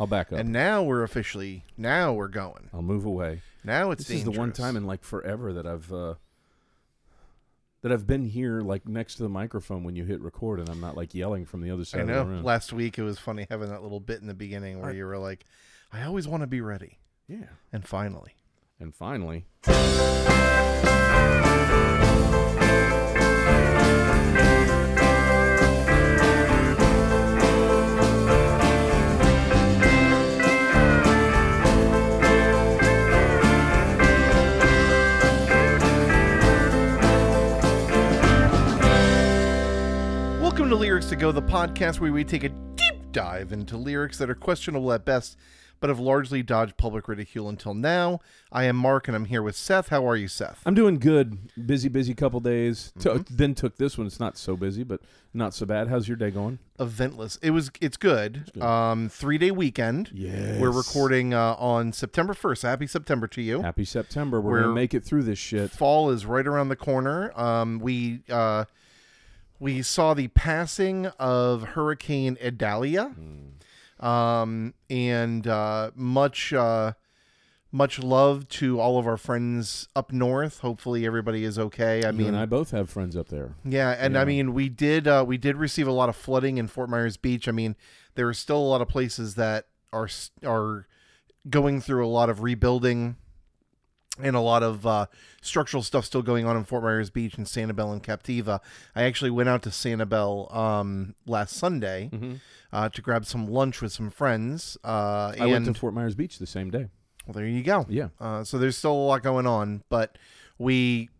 I'll back up. And now we're officially now we're going. I'll move away. Now it's This is the one dangerous. time in like forever that I've uh, that I've been here like next to the microphone when you hit record, and I'm not like yelling from the other side I of the know. room. Last week it was funny having that little bit in the beginning where you were like, "I always want to be ready," yeah. and finally, And finally, welcome to Lyrics to Go, the podcast where we take a deep dive into lyrics that are questionable at best, but have largely dodged public ridicule until now. I am Mark, and I'm here with Seth. How are you, Seth? I'm doing good. Busy, busy couple days. Mm-hmm. Took- then took this one. It's not so busy, but not so bad. How's your day going? Eventless. It was. It's good. Um, three day weekend. Yes. We're recording uh, on September first. Happy September to you. Happy September. We're, We're- gonna make it through this shit. fall is right around the corner. Um, we uh, we saw the passing of Hurricane Idalia, um, and uh, much uh, much love to all of our friends up north. Hopefully, everybody is okay. I Me mean, and I both have friends up there. yeah, and I mean, we did uh, we did receive a lot of flooding in Fort Myers Beach. I mean, there are still a lot of places that are s- are going through a lot of rebuilding and a lot of uh, structural stuff still going on in Fort Myers Beach and Sanibel and Captiva. I actually went out to Sanibel um, last Sunday Mm-hmm. uh, to grab some lunch with some friends. Uh, and I went to Fort Myers Beach the same day. well, there you go. Yeah. Uh, so there's still a lot going on, but we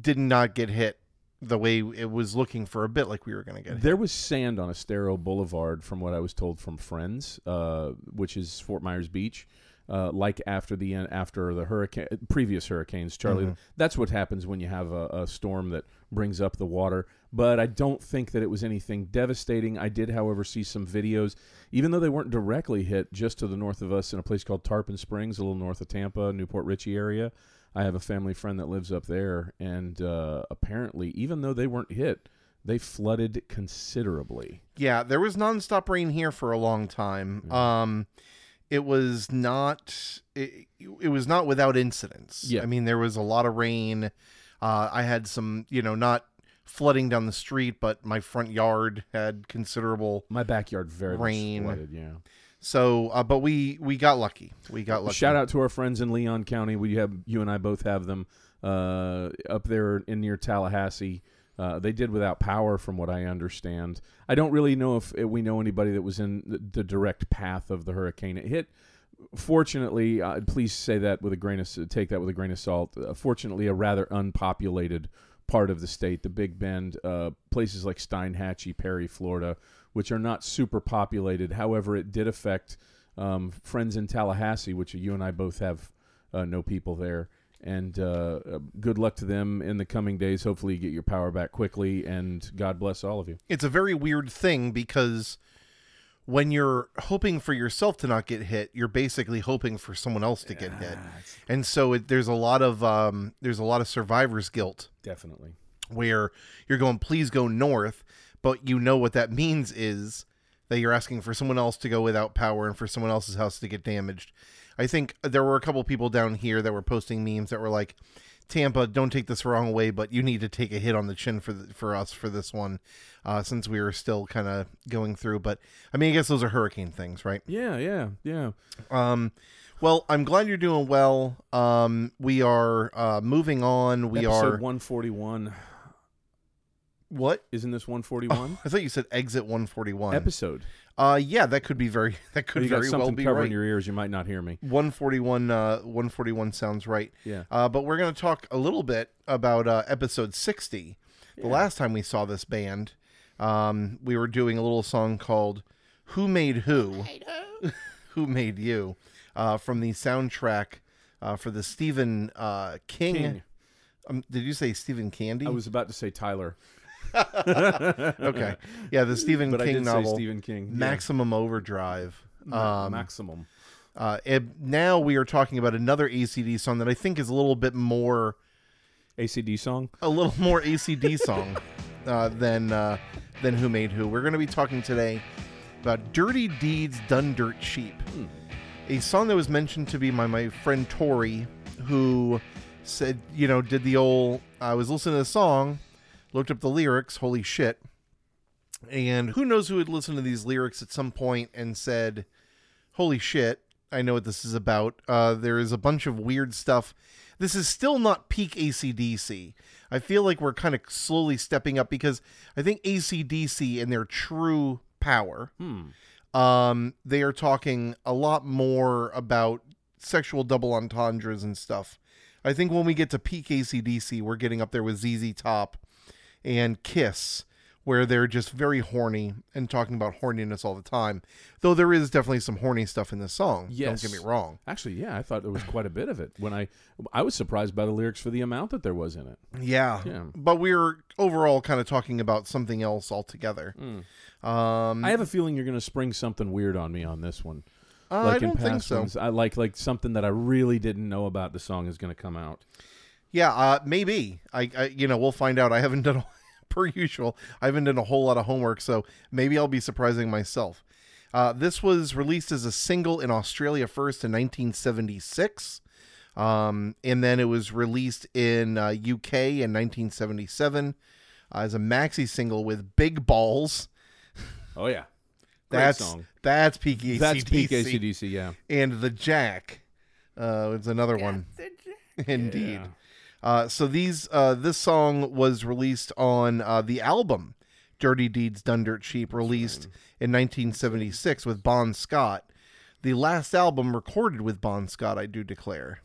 did not get hit the way it was looking for a bit like we were going to get hit. There was sand on Estero Boulevard, from what I was told from friends, uh, which is Fort Myers Beach. Uh, like after the en- after the hurricane, previous hurricanes, Charlie. That's what happens when you have a, a storm that brings up the water. But I don't think that it was anything devastating. I did, however, see some videos, even though they weren't directly hit, just to the north of us in a place called Tarpon Springs, a little north of Tampa, Newport Richey area. I have a family friend that lives up there, and uh, apparently, even though they weren't hit, they flooded considerably. Yeah, there was nonstop rain here for a long time. Um, it was not it, it was not without incidents. Yeah. I mean, there was a lot of rain. Uh, I had some, you know, not flooding down the street, but my front yard had considerable. My backyard very Rain. much flooded. Yeah. So, uh, but we we got lucky. We got lucky. Shout out to our friends in Leon County. We have you and I both have them uh, up there in near Tallahassee. Uh, they did without power, from what I understand. I don't really know if uh, we know anybody that was in the- the direct path of the hurricane it hit. Fortunately, uh, please say that with a grain of s- take that with a grain of salt. Uh, fortunately, a rather unpopulated part of the state, the Big Bend, uh, places like Steinhatchee, Perry, Florida, which are not super populated. However, it did affect um, friends in Tallahassee, which you and I both have uh, no people there. And uh, uh, good luck to them in the coming days. Hopefully, you get your power back quickly, and God bless all of you. it's a very weird thing because when you're hoping for yourself to not get hit, you're basically hoping for someone else to get hit, and so it, there's a lot of um, there's a lot of survivor's guilt Definitely. where you're going, please go north, but you know what that means is that you're asking for someone else to go without power and for someone else's house to get damaged. I think there were a couple people down here that were posting memes that were like, Tampa, don't take this the wrong way, but you need to take a hit on the chin for the, for us for this one, uh, since we were still kind of going through. But I mean, I guess those are hurricane things, right? Yeah, yeah, yeah. Um, well, I'm glad you're doing well. Um, we are uh, moving on. We Episode are 141. what? Isn't this 141? I thought you said exit 141. Episode. Uh, yeah, that could be very. That could you got very something well be covering right. your ears. You might not hear me. 141. Uh, 141 sounds right. Yeah. Uh, but we're gonna talk a little bit about uh, episode 60. The last time we saw this band, um, we were doing a little song called "Who Made Who." Who made you? Uh, from the soundtrack uh, for the Stephen uh, King. King. Um, did you say Stephen Candy? I was about to say Tyler, okay. Yeah, the Stephen but King I did novel. say Stephen King. Yeah. Mm-hmm. Maximum Overdrive. Um, Ma- maximum. Uh, and now we are talking about another ACD song that I think is a little bit more, ACD song. a little more ACD song uh, than uh, than Who Made Who. We're going to be talking today about dirty deeds done dirt cheap. A song that was mentioned to be by my friend Tori, who said, you know, did the old, I was listening to the song, looked up the lyrics, holy shit. And who knows who had listened to these lyrics at some point and said, holy shit, I know what this is about. Uh, there is a bunch of weird stuff. This is still not peak ACDC. I feel like we're kind of slowly stepping up because I think ACDC in their true power, um, they are talking a lot more about sexual double entendres and stuff. I think when we get to peak ACDC, we're getting up there with ZZ Top and Kiss, where they're just very horny and talking about horniness all the time. Though there is definitely some horny stuff in this song. Yes. Don't get me wrong. Actually, yeah, I thought there was quite a bit of it when I I was surprised by the lyrics for the amount that there was in it. Yeah. Yeah. But we're overall kind of talking about something else altogether. Um, I have a feeling you're going to spring something weird on me on this one. uh, I don't think so. ones, I like like something that I really didn't know about. The song is going to come out. Yeah, uh, maybe. I, I, you know, we'll find out. I haven't done, per usual, I haven't done a whole lot of homework, so maybe I'll be surprising myself. Uh, this was released as a single in Australia first in 1976, um, and then it was released in uh, UK in 1977 uh, as a maxi single with "Big Balls." Oh yeah, Great That's song. that's peak ACDC. That's peak ACDC. Yeah, and the Jack. Uh, it's another one. Indeed. Yeah. Uh, so these uh, this song was released on uh, the album "Dirty Deeds Done Dirt Cheap," released in 1976 with Bon Scott. The last album recorded with Bon Scott, I do declare.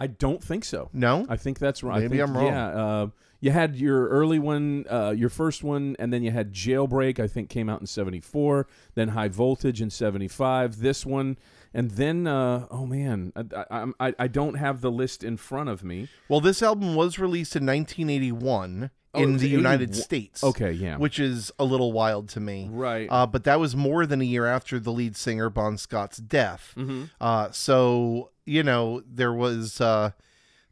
I don't think so. No, I think that's right. Maybe I think, I'm wrong. Yeah, uh, you had your early one, uh, your first one, and then you had Jailbreak. I think came out in '74. Then High Voltage in '75. This one, and then uh, oh man, I, I, I'm- I I don't have the list in front of me. well, this album was released in 1981 Oh, it in was the 81 United States. Okay, yeah, Which is a little wild to me. right. Uh, but that was more than a year after the lead singer Bon Scott's death. hmm Uh, so you know there was uh,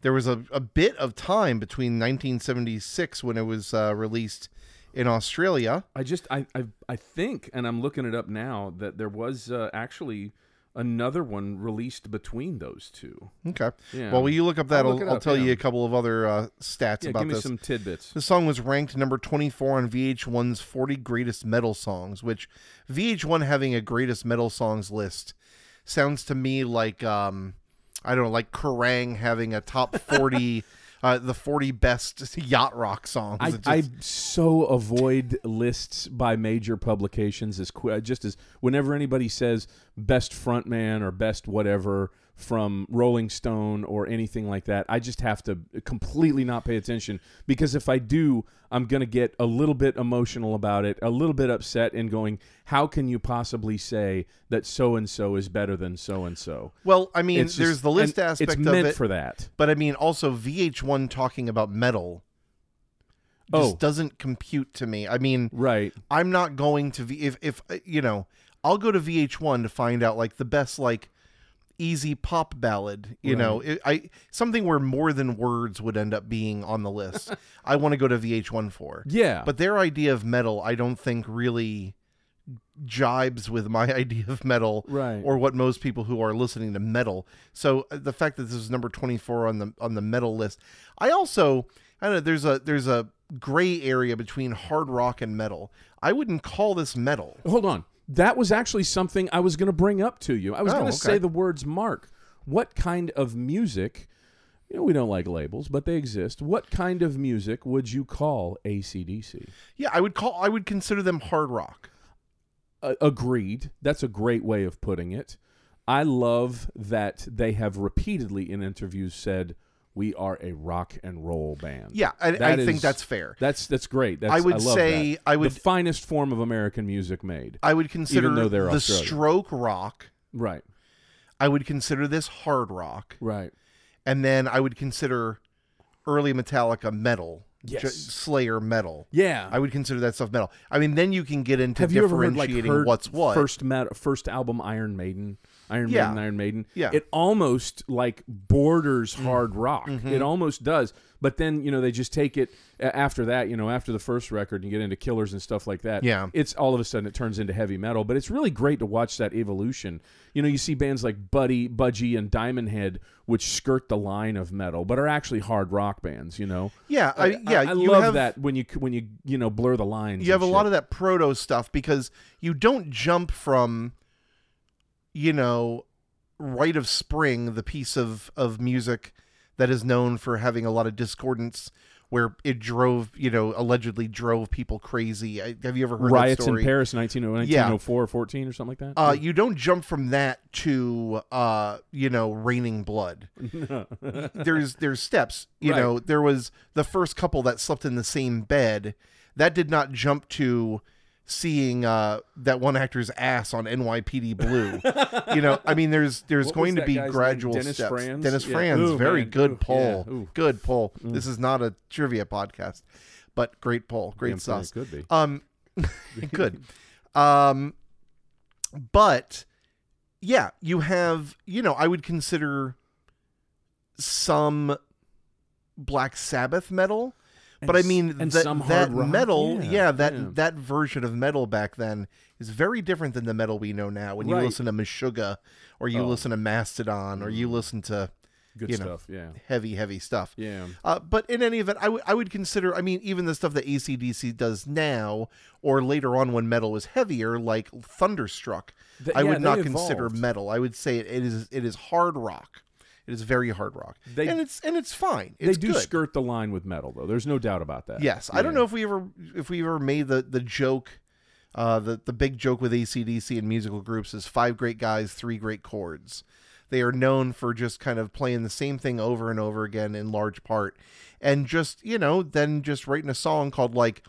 there was a, a bit of time between 1976 when it was uh, released in Australia. I just I, I I think, and I'm looking it up now, that there was uh, actually another one released between those two. Okay. Yeah. Well, will you look up that? I'll I'll, look it I'll up, tell yeah. you a couple of other uh, stats yeah, about give me this. some tidbits. The song was ranked number 24 on VH1's 40 Greatest Metal Songs, which VH1 having a Greatest Metal Songs list sounds to me like, um, I don't know, like Kerrang having a top 40, uh, the 40 best yacht rock songs. I, It just- I so avoid lists by major publications as qu- uh, just as whenever anybody says best frontman or best whatever from Rolling Stone or anything like that, I just have to completely not pay attention because if I do, I'm going to get a little bit emotional about it, a little bit upset and going, how can you possibly say that so and so is better than so and so? Well, I mean, there's the list aspect it's of meant it, for that. but I mean, also VH1 talking about metal just Oh, doesn't compute to me. I mean, right. I'm not going to v- if if uh, you know, I'll go to VH1 to find out like the best like easy pop ballad. You know, it, I something where more than words would end up being on the list. I want to go to VH1 for. Yeah. But their idea of metal, I don't think really jibes with my idea of metal Right. or what most people who are listening to metal. So uh, the fact that this is number 24 on the on the metal list. I also I don't know there's a there's a gray area between hard rock and metal. I wouldn't call this metal. Hold on. That was actually something I was going to bring up to you. I was Oh, going to okay. say the words mark. What kind of music? You know, we don't like labels, but they exist. What kind of music would you call ACDC? Yeah, I would call I would consider them hard rock. Uh, agreed. That's a great way of putting it. I love that they have repeatedly in interviews said, we are a rock and roll band. Yeah, I, I That think is- that's fair. That's that's great. That's, I would love say- that. I would- the finest form of American music made. I would consider though they're the Australian. stroke rock. Right, I would consider this hard rock. right. and then I would consider early Metallica metal, Yes. J- Slayer metal. Yeah, I would consider that stuff metal. I mean, then you can get into Have you ever heard like differentiating her what's what. first met, first album Iron Maiden, Iron Yeah. Mm. Maiden, Iron Maiden? Yeah. Mm-hmm. it almost like borders hard rock. It almost does. But then you know they just take it a- after that. You know after the first record, you get into Killers and stuff like that. Yeah. it's all of a sudden it turns into heavy metal. But it's really great to watch that evolution. You know you see bands like Buddy, Budgie, and Diamond Head, which skirt the line of metal, but are actually hard rock bands. You know. Yeah, I, yeah, I, I you love have, that when you when you you know blur the lines. You have a lot of that proto stuff because you don't jump from, you know, Rite of Spring, the piece of of music that is known for having a lot of discordance, where it drove, you know, allegedly drove people crazy. I, have you ever heard that riots story? in oh, Paris, 1904, Yeah. 1904 or 14 or something like that. Uh, you don't jump from that to uh, you know raining blood. there's there's steps. You Right. know there was the first couple that slept in the same bed. That did not jump to seeing uh, that one actor's ass on NYPD Blue. you know, I mean, there's there's What was going to that be guy's name? gradual Dennis steps. Franz? Dennis Yeah. Franz, Ooh, very man. good Ooh, poll, yeah. Ooh. Mm. good poll. This is not a trivia podcast, but great poll, great Damn thing it sauce. could be. Um, good. Um, but yeah, you have you know I would consider some Black Sabbath metal, And but I s- mean and that some hard that rock. metal, Yeah, yeah, that yeah. that version of metal back then is very different than the metal we know now. When you Right. listen to Meshuggah, or you Oh. Mm. listen to Mastodon, or you listen to Good you know. stuff. Yeah. heavy, heavy stuff. Yeah. Uh, but in any event, I would- I would consider, I mean, even the stuff that ACDC does now or later on when metal was heavier, like Thunderstruck, Th- I yeah, would they not consider evolved. metal. I would say it, it is it is hard rock. It is very hard rock. They- and it's and it's fine. They It's do good. skirt the line with metal, though. There's no doubt about that. Yes. I don't know if we ever if we ever made the, the joke uh, the, the big joke with ACDC and musical groups is five great guys, three great chords. They are known for just kind of playing the same thing over and over again in large part. And just, you know, then just writing a song called like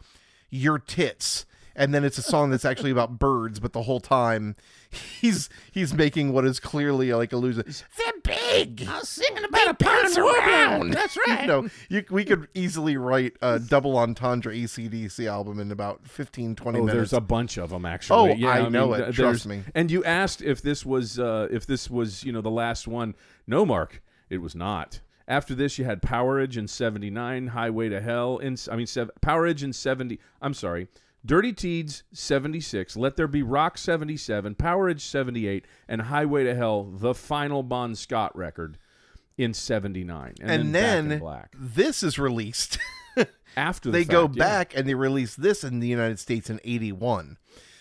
Your Tits. And then it's a song that's actually about birds, but the whole time he's he's making what is clearly like a loser. They're big. I was singing about a birds around. That's right. you know, you, we could easily write a double entendre ACDC album in about 15, 20 Oh, minutes. there's a bunch of them actually. Oh, yeah, I mean, know it. th- Trust there's- me. And you asked if this was uh, if this was you know the last one. No, Mark, it was not. After this, you had Powerage in '79, Highway to Hell in I mean sev- Powerage in '70. I'm sorry, Dirty Teeds '76, Let There Be Rock '77, Powerage '78, and Highway to Hell, the final Bon Scott record in '79, and, and then, then Back in Black. this is released. After the they go fact, yeah. back and they release this in the United States in '81.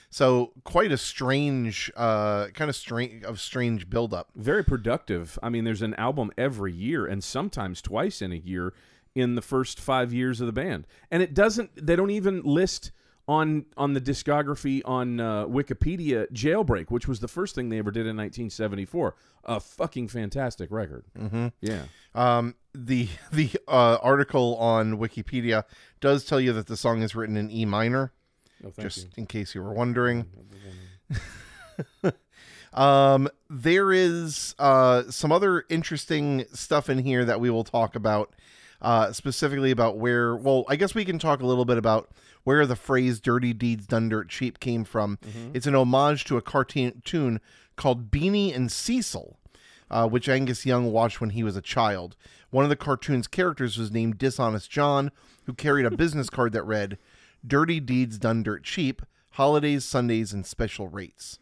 So quite a strange, uh, kind of strange of strange buildup. very productive. I mean, there's an album every year and sometimes twice in a year in the first 5 years of the band. And it doesn't they don't even list on on the discography on uh, Wikipedia Jailbreak, which was the first thing they ever did in 1974. A fucking fantastic record. Mm-hmm. Yeah. Um, the the uh, article on Wikipedia does tell you that the song is written in E minor, Oh, thank just in case you were wondering. um, there is uh, some other interesting stuff in here that we will talk about, uh, specifically about where. Well, I guess we can talk a little bit about where the phrase "dirty deeds done dirt cheap" came from. It's an homage to a cartoon called Beanie and Cecil. Uh, which Angus Young watched when he was a child. One of the cartoon's characters was named Dishonest John, who carried a business card that read, Dirty Deeds Done Dirt Cheap, Holidays, Sundays, and Special Rates.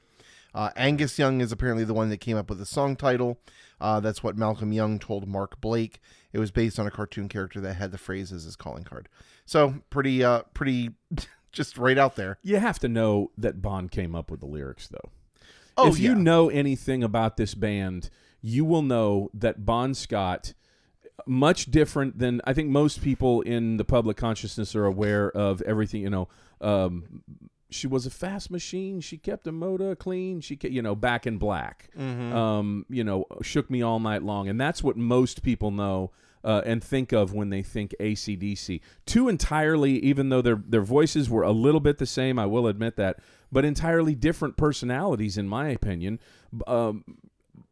Uh, Angus Young is apparently the one that came up with the song title. Uh, that's what Malcolm Young told Mark Blake. It was based on a cartoon character that had the phrase as his calling card. So pretty, uh, pretty, just right out there. You have to know that Bond came up with the lyrics though. Oh, if you yeah. know anything about this band, you will know that Bon Scott, much different than I think most people in the public consciousness are aware of everything. You know, um, she was a fast machine. She kept a motor clean. She, ke- you know, back in black. Um, you know, shook me all night long, and that's what most people know. Uh, and think of when they think ACDC. Two entirely, even though their their voices were a little bit the same, I will admit that, but entirely different personalities, in my opinion. B- Um,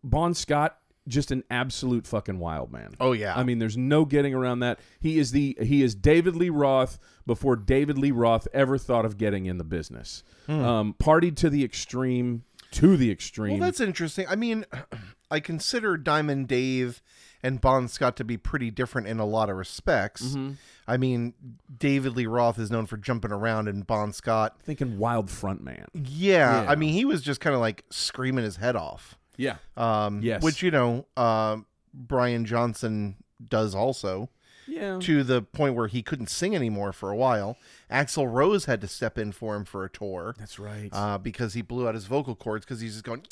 Bon Scott, just an absolute fucking wild man. Oh, yeah. I mean, there's no getting around that. He is the he is David Lee Roth before David Lee Roth ever thought of getting in the Hmm. business. Um, partied to the extreme, to the extreme. Well, that's interesting. I mean, I consider Diamond Dave and Bon Scott to be pretty different in a lot of respects. Mm-hmm. I mean, David Lee Roth is known for jumping around, and Bon Scott, Thinking Wild Front Man. yeah, Yeah. I mean, he was just kind of like screaming his head off. Yeah. Um, Yes. Which, you know, um Brian Johnson does also Yeah. to the point where he couldn't sing anymore for a while. Axl Rose had to step in for him for a tour That's right. uh, because he blew out his vocal cords because he's just going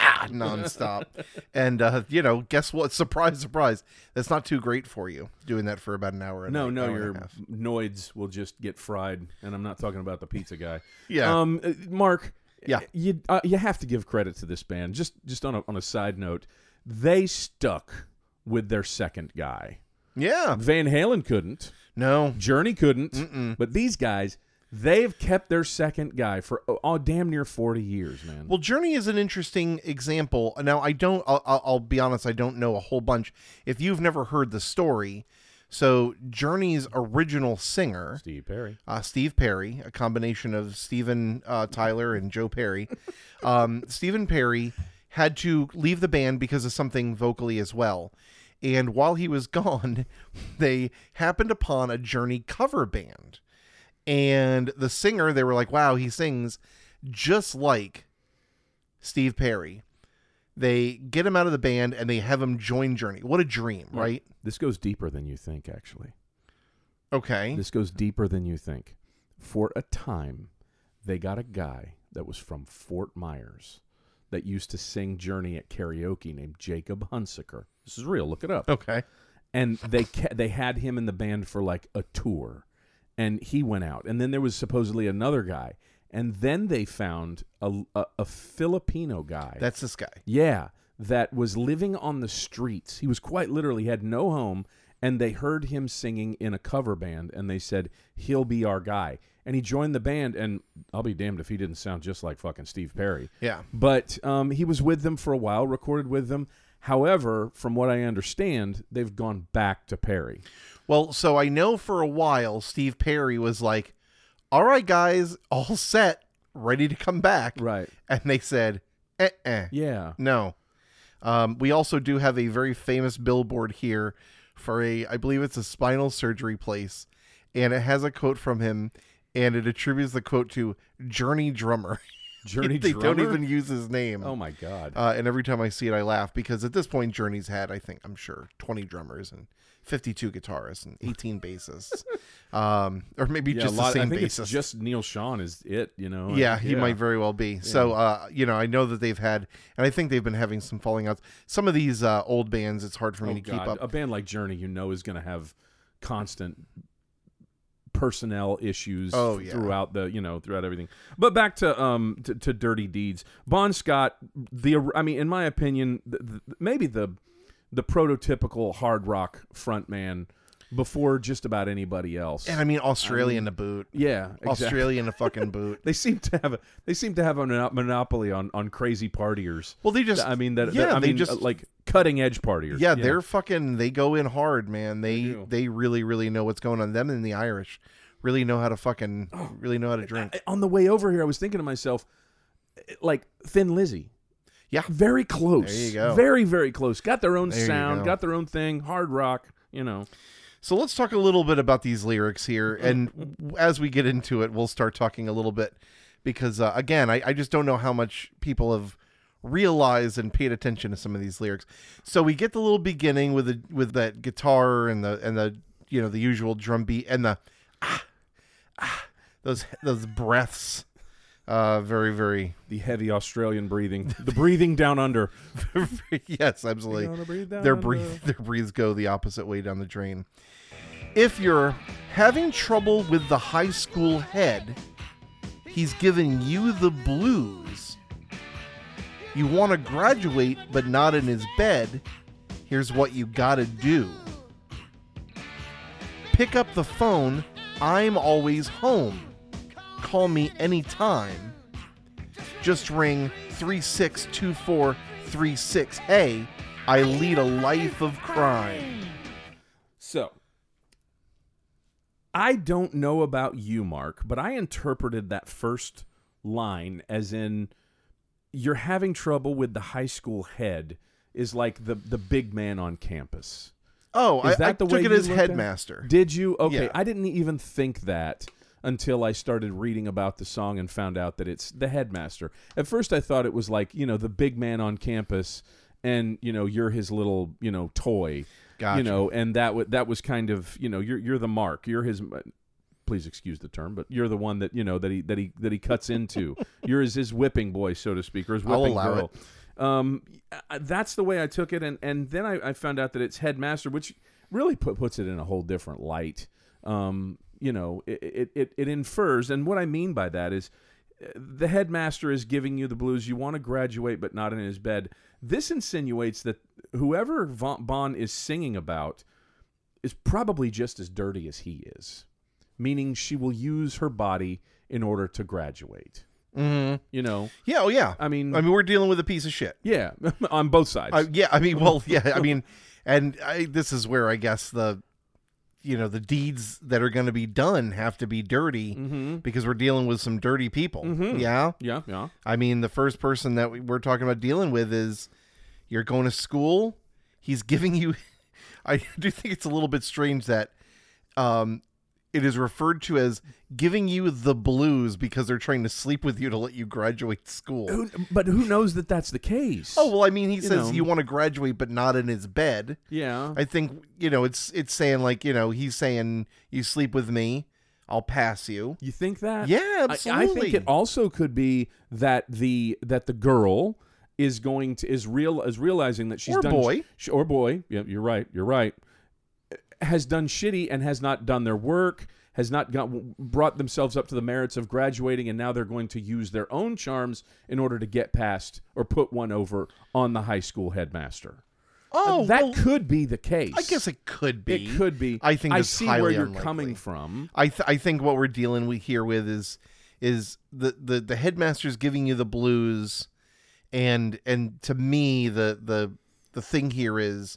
yeah nonstop. and uh, you know, guess what? Surprise, surprise. That's not too great for you doing that for about an hour. And no, a, no, hour and a your half. noids will just get fried, and I'm not talking about the pizza guy. Yeah. Um, uh, Mark. Yeah. You uh, you have to give credit to this band. Just just on a, on a side note, they stuck with their second guy. yeah, Van Halen couldn't. no, Journey couldn't. But these guys, they've kept their second guy for oh, oh, damn near 40 years, man. Well, Journey is an interesting example. Now, I don't. I'll, I'll I'll be honest. I don't know a whole bunch. If you've never heard the story, so Journey's original singer, Steve Perry. uh, Steve Perry, a combination of Steven uh, Tyler and Joe Perry, um, Stephen Perry had to leave the band because of something vocally as well. And while he was gone, they happened upon a Journey cover band. And the singer, they were like, wow, he sings just like Steve Perry. They get him out of the band and they have him join Journey. What a dream, right? This goes deeper than you think, actually. Okay. This goes deeper than you think. For a time, they got a guy that was from Fort Myers that used to sing Journey at karaoke named Jacob Hunsaker. This is real. Look it up. Okay. and they ca- they had him in the band for like a tour and he went out and then there was supposedly another guy and then they found a, a, a filipino guy That's this guy. yeah that was living on the streets he was quite literally had no home and they heard him singing in a cover band and they said he'll be our guy and he joined the band and i'll be damned if he didn't sound just like fucking steve perry Yeah. but um, he was with them for a while, recorded with them. However, from what I understand, they've gone back to Perry. Well, so I know for a while Steve Perry was like, "All right, guys, all set, ready to come back," Right. and they said, "Eh, eh, Yeah. no." Um, we also do have a very famous billboard here for a, I believe it's a spinal surgery place, and it has a quote from him, and it attributes the quote to Journey Drummer. Journey they drummer. don't even use his name. oh my God. Uh, and every time I see it, I laugh because at this point, Journey's had, I think, I'm sure, 20 drummers and 52 guitarists and 18 bassists, um, or maybe yeah, just a lot, the I same think bassist. it's just Neil Sean is it. You know. yeah, he might very well be. So, uh, you know, I know that they've had, and I think they've been having some falling outs. Some of these uh, old bands, it's hard for me Oh to keep God. up. A band like Journey, you know, is going to have constant personnel issues Oh, yeah. throughout the you know throughout everything but back to um to, to dirty deeds bon scott the i mean in my opinion the, the, maybe the the prototypical hard rock frontman before just about anybody else And I mean, Australian to boot. yeah exactly. Australian to fucking boot. they seem to have a, they seem to have a mono- monopoly on on crazy partiers Well, they just, i mean that yeah, that- i they mean just- uh, like cutting edge partiers yeah, they're fucking, they go in hard, man. They, they, do. really, really know what's going on. Them and the Irish really know how to fucking, really know how to drink. Oh. I- on the way over here, I was thinking to myself, like Thin Lizzy. Yeah. Very close. There you go. Very, very close. Got their own There you sound, go. got their own thing, hard rock, you know. So let's talk a little bit about these lyrics here, Mm-hmm. and w- as we get into it, we'll start talking a little bit because uh, again, I, I just don't know how much people have realized and paid attention to some of these lyrics. So we get the little beginning with the with that guitar and the and the you know the usual drum beat and the ah, ah those those breaths, uh, very very The heavy Australian breathing, the breathing down under. yes, absolutely. Gonna breathe down their under. breathe their breathes go the opposite way down the drain. If you're having trouble with the high school head, he's giving you the blues. You want to graduate but not in his bed. Here's what you got to do. Pick up the phone. I'm always home. Call me anytime. Just ring 362436. Hey, I lead a life of crime. So, I don't know about you, Mark, but I interpreted that first line as in you're having trouble with the high school head. is like the the big man on campus. Oh, Is I, I that the took way it you as looked at it? headmaster. Did you? Okay, Yeah. I didn't even think that until I started reading about the song and found out that it's the headmaster. At first, I thought it was like you know the big man on campus, and you know you're his little you know toy, Gotcha. you know, and that wa that was kind of you know you're you're the mark, you're his. Please excuse the term, but you're the one that you know that he that he that he cuts into. you're his, his whipping boy, so to speak, or his I'll whipping allow girl. Um, I- that's the way I took it, and and then I, I found out that it's headmaster, which really put, puts it in a whole different light. Um, you know, it, it it it infers, and what I mean by that is uh, the headmaster is giving you the blues. You want to graduate, but not in his bed. This insinuates that whoever Von Bon is singing about is probably just as dirty as he is, meaning she will use her body in order to graduate. Mhm. You know, Yeah. Oh, yeah. I mean, I mean, we're dealing with a piece of shit. yeah, on both sides. Uh, yeah, I mean, well, yeah, I mean, and I, this is where I guess the, you know, the deeds that are going to be done have to be dirty mm-hmm. because we're dealing with some dirty people. Mhm. Yeah, Yeah, yeah. I mean, the first person that we- we're talking about dealing with is you're going to school. He's giving you. I do think it's a little bit strange that, um, it is referred to as giving you the blues because they're trying to sleep with you to let you graduate school. Who, but who knows that that's the case? Oh well, I mean, he says know. you want to graduate, but not in his bed. yeah. I think you know it's it's saying like you know he's saying you sleep with me, I'll pass you. you think that? Yeah, I- absolutely. I, think it also could be that the that the girl is going to is real is realizing that she's Or done boy. sh- or boy. Yeah, you're right. You're right. Has done shitty and has not done their work. Has not got brought themselves up to the merits of graduating, and now they're going to use their own charms in order to get past or put one over on the high school headmaster. oh, that well, could be the case. I guess it could be. It could be. I think I it's see highly where you're unlikely. coming from. I th- I think what we're dealing with here with is is the the the headmaster's giving you the blues, and and to me the the the thing here is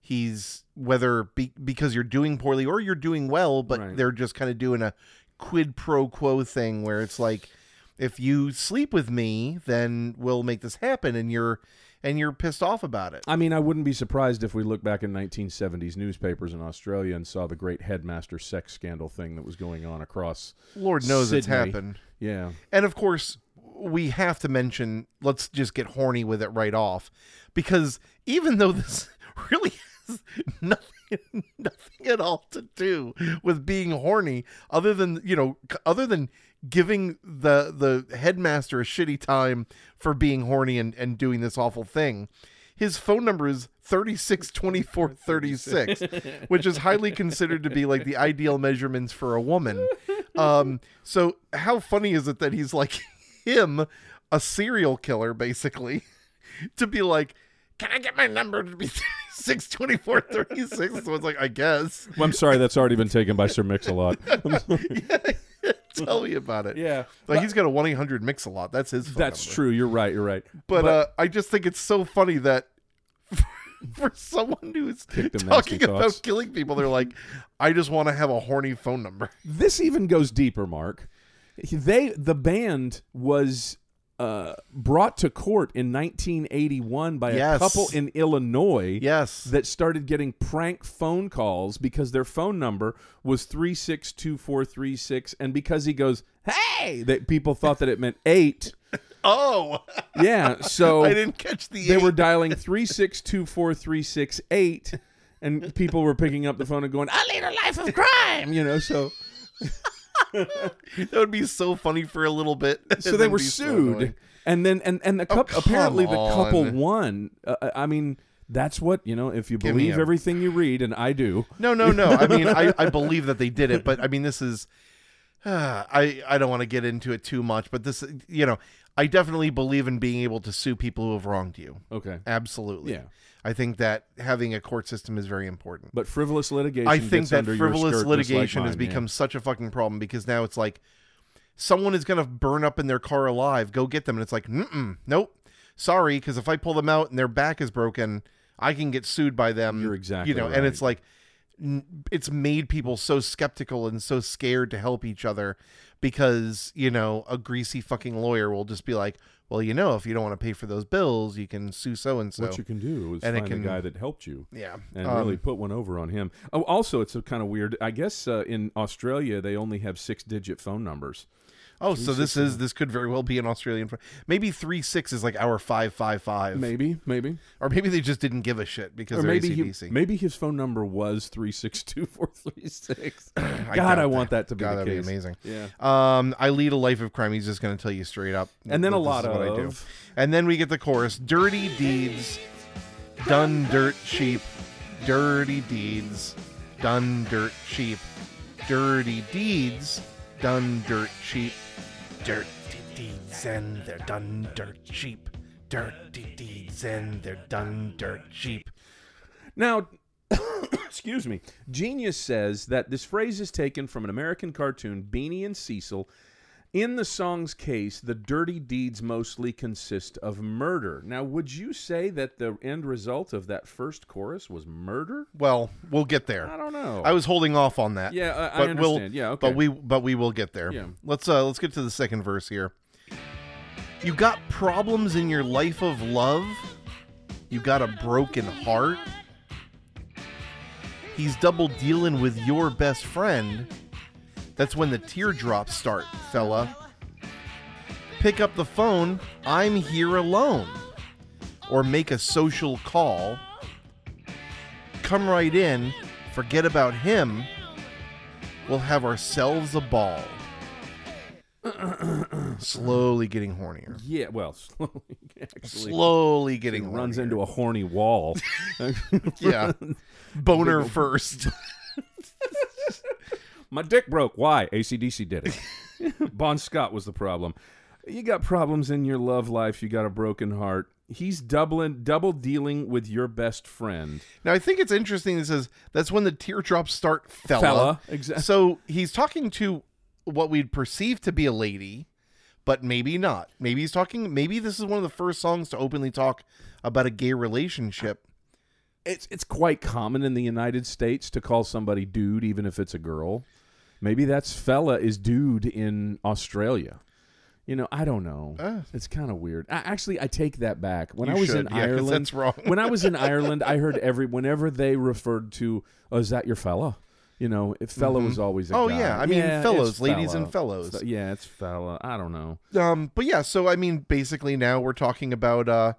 he's whether be, because you're doing poorly or you're doing well, but Right. they're just kind of doing a quid pro quo thing where it's like if you sleep with me, then we'll make this happen, and you're and you're pissed off about it. I mean, I wouldn't be surprised if we look back in 1970s newspapers in Australia and saw the great headmaster sex scandal thing that was going on across. Lord knows it's Sydney. happened. Yeah. And of course, we have to mention, let's just get horny with it right off. Because even though this really has nothing, nothing at all to do with being horny, other than, you know, c- other than giving the, the headmaster a shitty time for being horny and, and doing this awful thing. His phone number is 362436, which is highly considered to be like the ideal measurements for a woman. Um, so how funny is it that he's like him, a serial killer, basically, to be like, Can I get my number to be six twenty four thirty six? So it's like, I guess. Well, I'm sorry, that's already been taken by Sir Mix-a-Lot. Tell me about it. yeah. Like he's got a one eight hundred mix a lot. That's his phone That's number. true. You're right. You're right. But, uh, I just think it's so funny that for someone who's them talking nasty about thoughts. killing people, they're like, I just want to have a horny phone number. this even goes deeper, Mark. They the band was uh, brought to court in 1981 by Yes. a couple in Illinois. Yes. that started getting prank phone calls because their phone number was 362436 and because he goes hey that people thought that it meant 8 oh. yeah I so didn't catch the they eight. were dialing 362436 and people were picking up the phone and going i lead a life of crime you know so That would be so funny for a little bit. so and they then were be so sued annoying. and then and and the Oh, couple apparently come the couple on. won uh, i mean that's what you know if you me believe a- everything you read and i do No, no, no. I mean, I, I believe that they did it, but I mean, this is. ah, I I don't want to get into it too much, but this, you know, I definitely believe in being able to sue people who have wronged you. okay Absolutely. Yeah. I think that having a court system is very important. But frivolous litigation. I think gets that under your skirt frivolous just litigation like has mine, man. become such a fucking problem because now it's like someone is going to burn up in their car alive. Go get them. And it's like, mm nope, sorry. Because if I pull them out and their back is broken, I can get sued by them. You're exactly You know, right. and it's like, n- it's made people so skeptical and so scared to help each other because, you know, a greasy fucking lawyer will just be like, well, you know, if you don't want to pay for those bills, you can sue so and so. what you can do is and it find can- the guy that helped you. Yeah. and Um, really put one over on him. Oh, also, it's a kind of weird. I guess uh, in Australia they only have six-digit phone numbers. Oh, so this is this could very well be an Australian. fr- Maybe three six is like our five five five, Maybe, maybe, or maybe they just didn't give a shit because or they're maybe ACDC. he, maybe his phone number was three six two four three six. I God, doubt I want that to be God, the that'd case. be amazing. Yeah, Um, I lead a life of crime. He's just going to tell you straight up, and then that a this lot is of what I do. And then we get the chorus: dirty deeds, done dirt cheap, dirty deeds, done dirt cheap, dirty deeds, done dirt cheap, dirty deeds, and they're done dirt cheap, dirty deeds, and they're done dirt cheap. Now, excuse me. Genius says that this phrase is taken from an American cartoon, Beanie and Cecil. In the song's case, the dirty deeds mostly consist of murder. Now, would you say that the end result of that first chorus was murder? Well, we'll get there. I don't know. I was holding off on that. Yeah, I- I We'll, understand. Yeah, okay. But we but we will get there. Yeah. Let's uh let's get to the second verse here. You got problems in your life of love. You got a broken heart. He's double dealing with your best friend. That's when the teardrops start, fella. Pick up the phone. I'm here alone. Or make a social call. Come right in. Forget about him. We'll have ourselves a ball. Slowly getting hornier. yeah, well, slowly actually Slowly getting runs hornier. into a horny wall. yeah, boner first. My dick broke. Why? ACDC did it. bon Scott was the problem. You got problems in your love life. You got a broken heart. He's doubling, double dealing with your best friend. Now I think it's interesting. It says that's when the teardrops start, fella. Fella, exact- So he's talking to what we'd perceive to be a lady, but maybe not. Maybe he's talking. Maybe this is one of the first songs to openly talk about a gay relationship. It's it's quite common in the United States to call somebody dude, even if it's a girl. Maybe that's fella is dude in Australia. You know, I don't know. Uh. it's kind of weird. I, actually, I take that back. When You I was should, in yeah, 'cause Ireland, that's wrong. when I was in Ireland, I heard every whenever they referred to, "Oh, is that your fella?" You know, if fella was always a Oh, guy. yeah. I mean, it's fellows, ladies and fellows. So- yeah, it's fella. I don't know. Um, but yeah, so I mean, basically now we're talking about uh,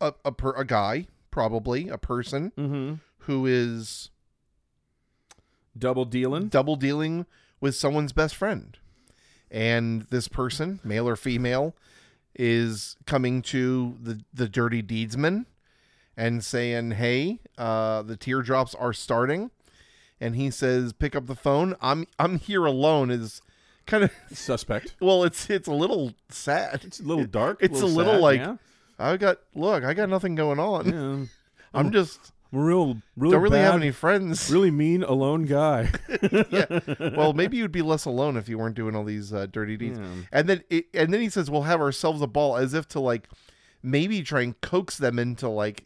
a a, per, a guy probably a person Mm-hmm. who is Double dealing. double dealing with someone's best friend, and this person, male or female, is coming to the the dirty deedsman and saying, "Hey, uh, the teardrops are starting," and he says, "Pick up the phone. I'm I'm here alone." Is kind of Suspect. well, it's it's a little sad. It's a little dark. It's a little sad, like- yeah. I got look, I got nothing going on. Yeah. I'm just I'm a real, really, don't really have bad- any friends. really mean alone guy. well, maybe you'd be less alone if you weren't doing all these uh, dirty deeds. Yeah. And then it, and then he says, "We'll have ourselves a ball," as if to like maybe try and coax them into like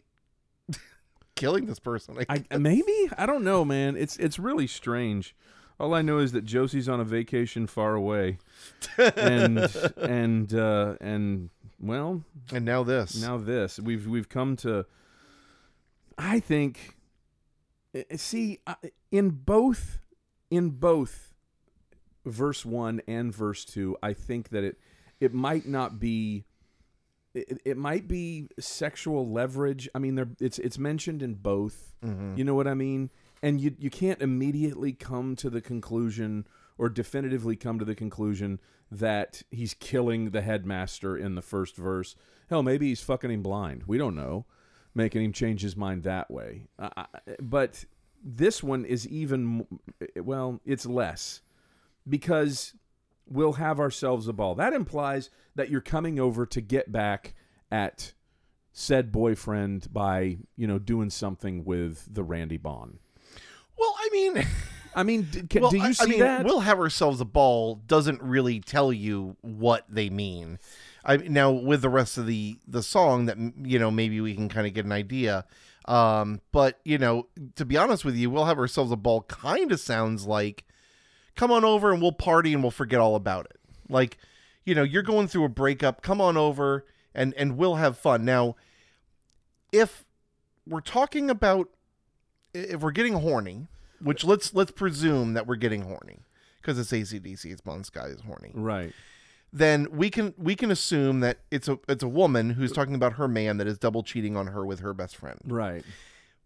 killing this person. Like, I maybe I don't know, man. It's it's really strange. All I know is that Josie's on a vacation far away, and and uh, and well, and now this. now this we've we've come to. I think, eh, eh, see, I- in both, in both, verse one and verse two, I think that it it might not be. It, it might be sexual leverage. I mean, there it's it's mentioned in both. Mhm. You know what I mean? And you you can't immediately come to the conclusion or definitively come to the conclusion that he's killing the headmaster in the first verse. Hell, maybe he's fucking him blind. We don't know, making him change his mind that way. Uh, I- but this one is even m- well, it's less because we'll have ourselves a ball. That implies that you're coming over to get back at said boyfriend by, you know, doing something with the Randy Bond. Well, I mean, I mean, d- can, well, do you I- see I mean, that? We'll have ourselves a ball doesn't really tell you what they mean. I now with the rest of the the song that m- you know maybe we can kind of get an idea. Um, but you know, to be honest with you, we'll have ourselves a ball. Kind of sounds like, come on over and we'll party and we'll forget all about it. Like you know, you're going through a breakup, come on over and and we'll have fun. Now, if we're talking about if we're getting horny, which let's let's presume that we're getting horny because it's ACDC, it's Bon Sky is horny. Right. Then we can we can assume that it's a it's a woman who's talking about her man that is double cheating on her with her best friend. Right.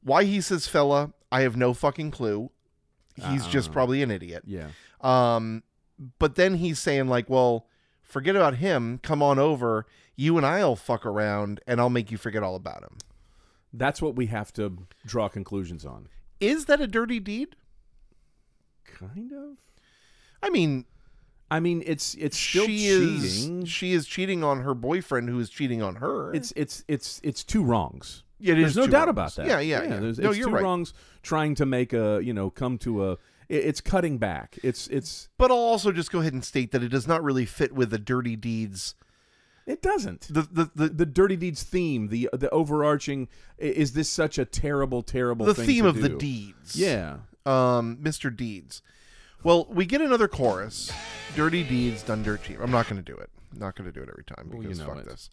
Why he says fella, I have no fucking clue. He's just Uh. probably an idiot. Yeah. Um, but then he's saying like, well, forget about him. Come on over. You and I'll fuck around, and I'll make you forget all about him. That's what we have to draw conclusions on. Is that a dirty deed? Kind of. I mean, I mean, it's it's still she cheating. is she is cheating on her boyfriend who is cheating on her. it's it's it's it's two wrongs. Yeah, it there's is no two doubt wrongs. about that. Yeah, yeah, yeah. There's, No, it's you're two right. wrongs trying to make a you know come to a. it- it's cutting back. It's it's but I'll also just go ahead and state that it does not really fit with the dirty deeds. it doesn't. The the the, The dirty deeds theme, the the overarching, i- is this such a terrible, terrible the thing theme to of the do? deeds. Yeah, um, Mr. Deeds. Well, we get another chorus. Dirty Deeds done dirt cheap. I'm not going to do it. I'm not going to do it every time because you know fuck it. this.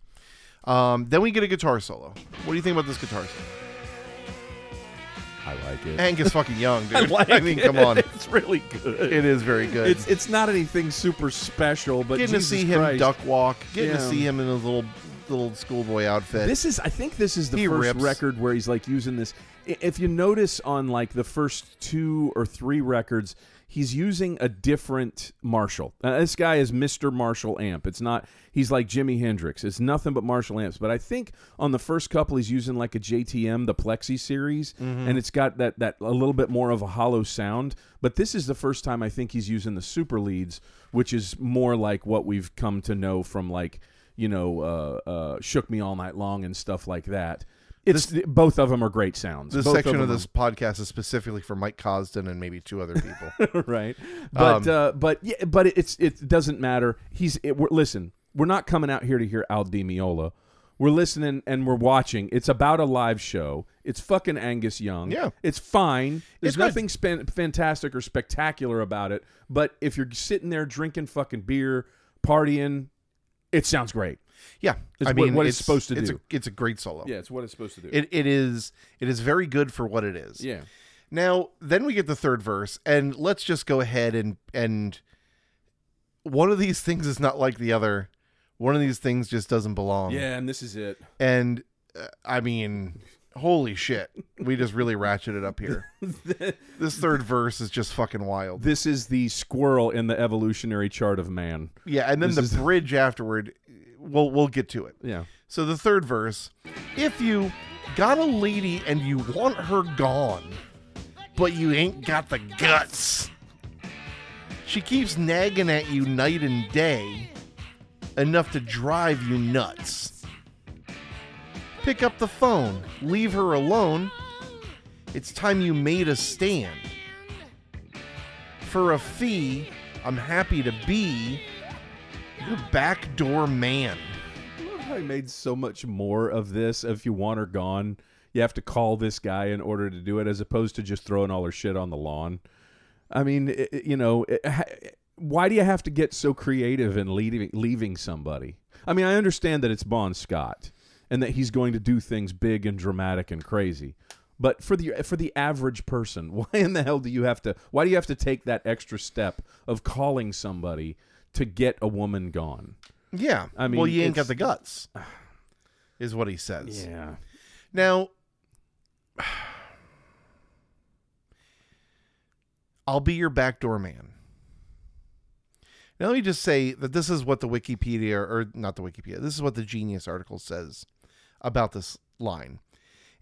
Um, then we get a guitar solo. What do you think about this guitar solo? I like it. Hank is fucking young, dude. I like mean, it. come on. It's really good. It is very good. It's it's not anything super special, but getting Jesus to see him Christ. duck walk, getting to Yeah. see him in his little little schoolboy outfit. This is, I think, this is the He first rips. record where he's like using this. i- If you notice on like the first two or three records, he's using a different Marshall. Uh, this guy is Mr. Marshall amp. It's not. He's like Jimi Hendrix. It's nothing but Marshall amps. But I think on the first couple, he's using like a JTM, the Plexi series, and it's got that that a little bit more of a hollow sound. But this is the first time I think he's using the super leads, which is more like what we've come to know from like you know, uh, uh, shook me all night long and stuff like that. It's both of them are great sounds. this Both section of, them this podcast is specifically for Mike Cosden and maybe two other people. are- right? But Um, uh, but yeah, but it's it doesn't matter. He's it, we're, listen. We're not coming out here to hear Al Di Meola. We're listening and we're watching. It's about a live show. It's fucking Angus Young. Yeah. it's fine. There's It's good. nothing span- fantastic or spectacular about it. But if you're sitting there drinking fucking beer, partying, it sounds great. yeah, It's I what- mean, what it's supposed to it's do. A, it's a great solo. Yeah, it's what it's supposed to do. Oh. It, it is it is very good for what it is. yeah. Now, then we get the third verse, and let's just go ahead and and one of these things is not like the other. One of these things just doesn't belong. Yeah, and this is it. And uh, I mean, holy shit, we just really ratcheted up here. this third verse is just fucking wild. this is the squirrel in the evolutionary chart of man. Yeah, and then This the is- bridge afterward. We'll we'll get to it. Yeah. So the third verse, if you got a lady and you want her gone, but you ain't got the guts. She keeps nagging at you night and day, enough to drive you nuts. Pick up the phone, leave her alone. It's time you made a stand. For a fee, I'm happy to be your backdoor man. I made so much more of this. If you want her gone, you have to call this guy in order to do it, as opposed to just throwing all her shit on the lawn. I mean, i i- you know, i- ha why do you have to get so creative in leaving, leaving somebody? I mean, I understand that it's Bon Scott and that he's going to do things big and dramatic and crazy. But for the for the average person, why in the hell do you have to why do you have to take that extra step of calling somebody to get a woman gone? Yeah. I well, mean, you ain't got it's- the guts, is what he says. Yeah. Now, I'll be your backdoor man. Now, let me just say that this is what the Wikipedia, or not the Wikipedia, this is what the Genius article says about this line.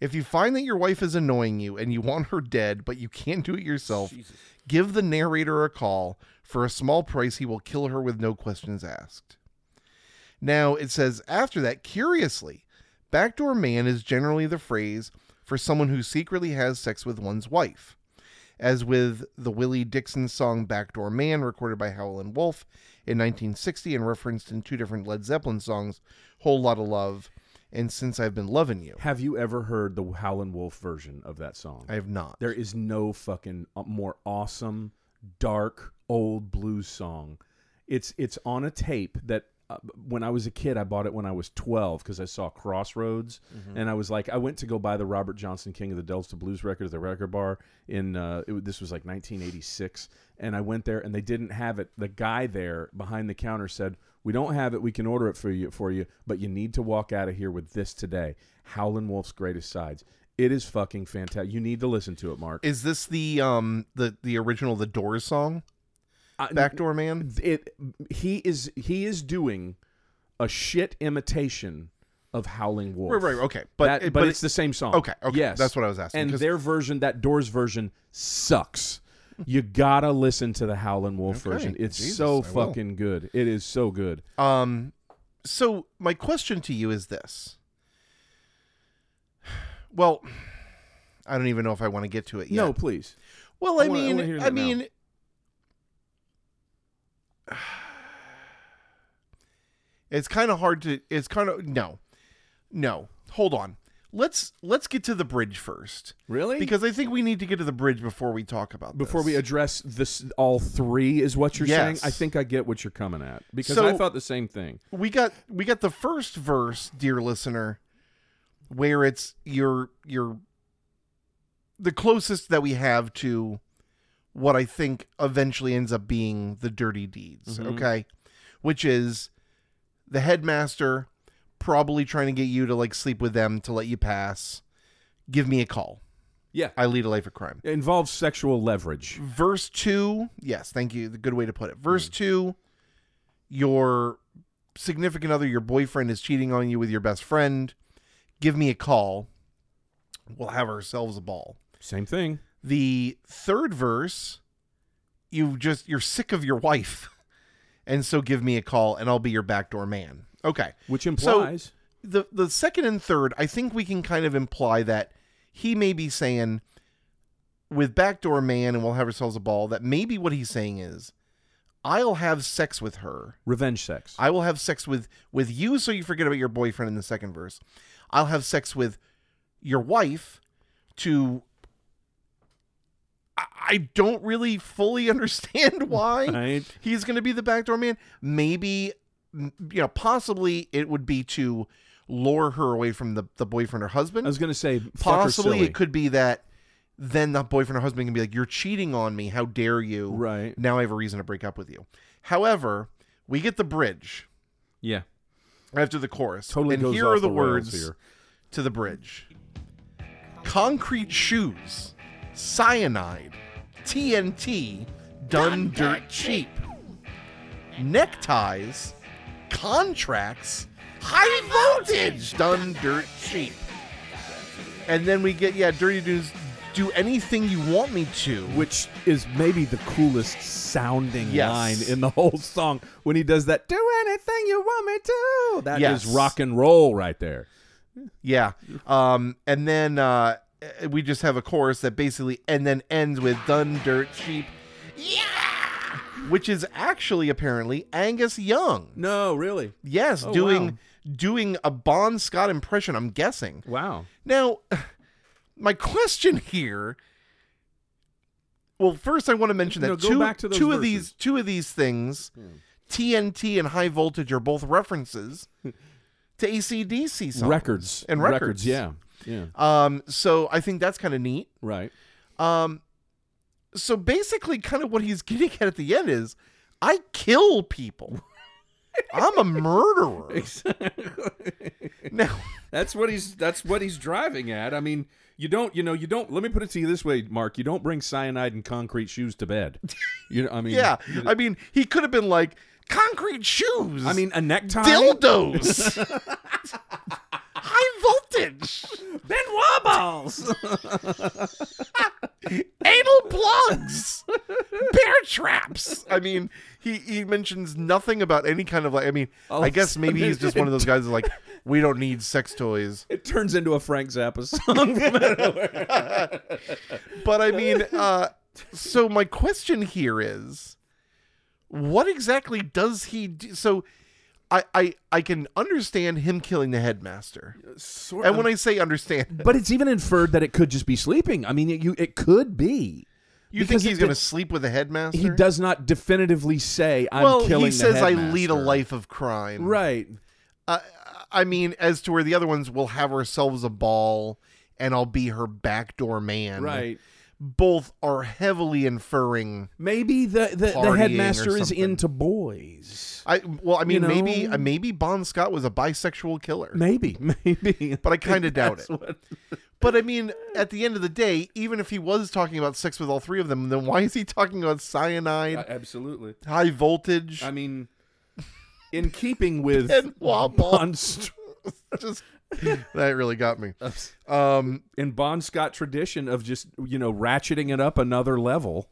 If you find that your wife is annoying you and you want her dead, but you can't do it yourself, give the narrator a call. For a small price, he will kill her with no questions asked. Now, it says after that, curiously, backdoor man is generally the phrase for someone who secretly has sex with one's wife. As with the Willie Dixon song Backdoor Man, recorded by Howlin' Wolf in 1960 and referenced in two different Led Zeppelin songs, Whole Lot of Love and Since I've Been Lovin' You. Have you ever heard the Howlin' Wolf version of that song? I have not. there is no fucking uh, more awesome, dark, old blues song. It's it's on a tape that uh, when I was a kid, I bought it when I was 12 because I saw Crossroads, and I was like, I went to go buy the Robert Johnson King of the Delves to Blues record at the record bar in uh, it, wa- this was like 1986, and I went there and they didn't have it. The guy there behind the counter said, "We don't have it. We can order it for you for you, but you need to walk out of here with this today." Howlin' Wolf's Greatest Sides. It is fucking fantastic. You need to listen to it, Mark. Is this the um the the original The Doors song? I- Backdoor Man. it he is he is doing a shit imitation of Howling Wolf. Right, right, okay, but That- it- but, but it's the same song. Okay, okay, Yes, that's what I was asking, And 'cause- their version, that Doors version, sucks. you gotta listen to the Howling Wolf Okay, version. It's Jesus, so I will. fucking good. It is so good. Um, so my question to you is this. Well, I don't even know if I want to get to it yet. No, please. Well, I I, wanna- I mean, wanna hear I, that now. mean, it's kind of hard to. It's kind of no, no. Hold on. Let's let's get to the bridge first Really? Because because I think we need to get to the bridge before we talk about before this. we address this, all three is what you're saying. Yes. I think I get what you're coming at because So- I thought the same thing. we got we got the first verse dear listener where it's your your the closest that we have to what i think eventually ends up being the dirty deeds Mhm. okay which is the headmaster probably trying to get you to like sleep with them to let you pass give me a call Yeah. i lead a life of crime It involves sexual leverage. verse 2 yes thank you the good way to put it verse 2 your significant other your boyfriend is cheating on you with your best friend give me a call we'll have ourselves a ball Same thing. the third verse you just you're sick of your wife and so give me a call and i'll be your backdoor man okay Which implies the the second and third, I think we can kind of imply that he may be saying with backdoor man and we'll have ourselves a ball that maybe what he's saying is I'll have sex with her. revenge sex. I will have sex with with you so you forget about your boyfriend in the second verse. I'll have sex with your wife to I, I don't really fully understand why right? he's going to be the backdoor man. Maybe, m- you know, possibly it would be to lure her away from the, the boyfriend or husband. I was gonna say possibly silly. it could be that then the boyfriend or husband can be like, "You're cheating on me. How dare you?" right. Now I have a reason to break up with you. However, we get the bridge Yeah, after the chorus. totally. and goes here off are the, rails words here. to the bridge. Concrete shoes, cyanide, TNT, done dirt cheap. Neckties, contracts, high voltage, done dirt cheap. And then we get, yeah, Dirty Dudes, do anything you want me to. which is maybe the coolest sounding Yes. line in the whole song when he does that. Do anything you want me to. That is Yes. rock and roll right there. Yeah. Um, and then uh, we just have a chorus that basically and then ends with done dirt cheap. Yeah. Which is actually apparently Angus Young. No, really. Yes, Oh, doing wow. doing a Bon Scott impression, I'm guessing. Wow. Now, my question here well, first I want to mention that No, go two, back to those two of verses. these two of these things, TNT and high voltage are both references to ACDC songs. Records And records. Yeah. Yeah. Um, so I think that's kind of neat. Right. Um, so basically, kind of what he's getting at at the end is, I kill people. I'm a murderer. Now, That's what he's. That's what he's driving at. I mean, you don't. You know, you don't. Let me put it to you this way, Mark. You don't bring cyanide and concrete shoes to bed. You know. I mean. yeah, I mean, he could have been like concrete shoes. I mean, a necktie. dildos. High voltage, Benoit balls. anal plugs, bear traps. I mean, he, he mentions nothing about any kind of like. I mean, All I of a guess maybe sudden he's just one of those guys that's like, we don't need sex toys. It turns into a Frank Zappa song. But I mean, uh, so my question here is, what exactly does he do? So, I I I can understand him killing the headmaster, sort and when I say understand, but it's even inferred that it could just be sleeping. I mean, it, you it could be You Because think he's it going to did- sleep with the headmaster? He does not definitively say I'm well, killing he the says I lead headmaster." a life of crime. Right. Uh, I mean, as to where the other ones will have ourselves a ball, and I'll be her backdoor man. Right. Both are heavily inferring. Maybe the the, Partying the or headmaster is something. into boys. I well, I mean, You maybe know? uh, maybe Bon Scott was a bisexual killer, Maybe, maybe. but I kind of doubt That's it. what- But I mean, at the end of the day, even if he was talking about sex with all three of them, then why is he talking about cyanide, absolutely. high voltage, I mean, in keeping with and wobble? Bon St- Just that really got me. Um, in Bon Scott tradition of just you know ratcheting it up another level.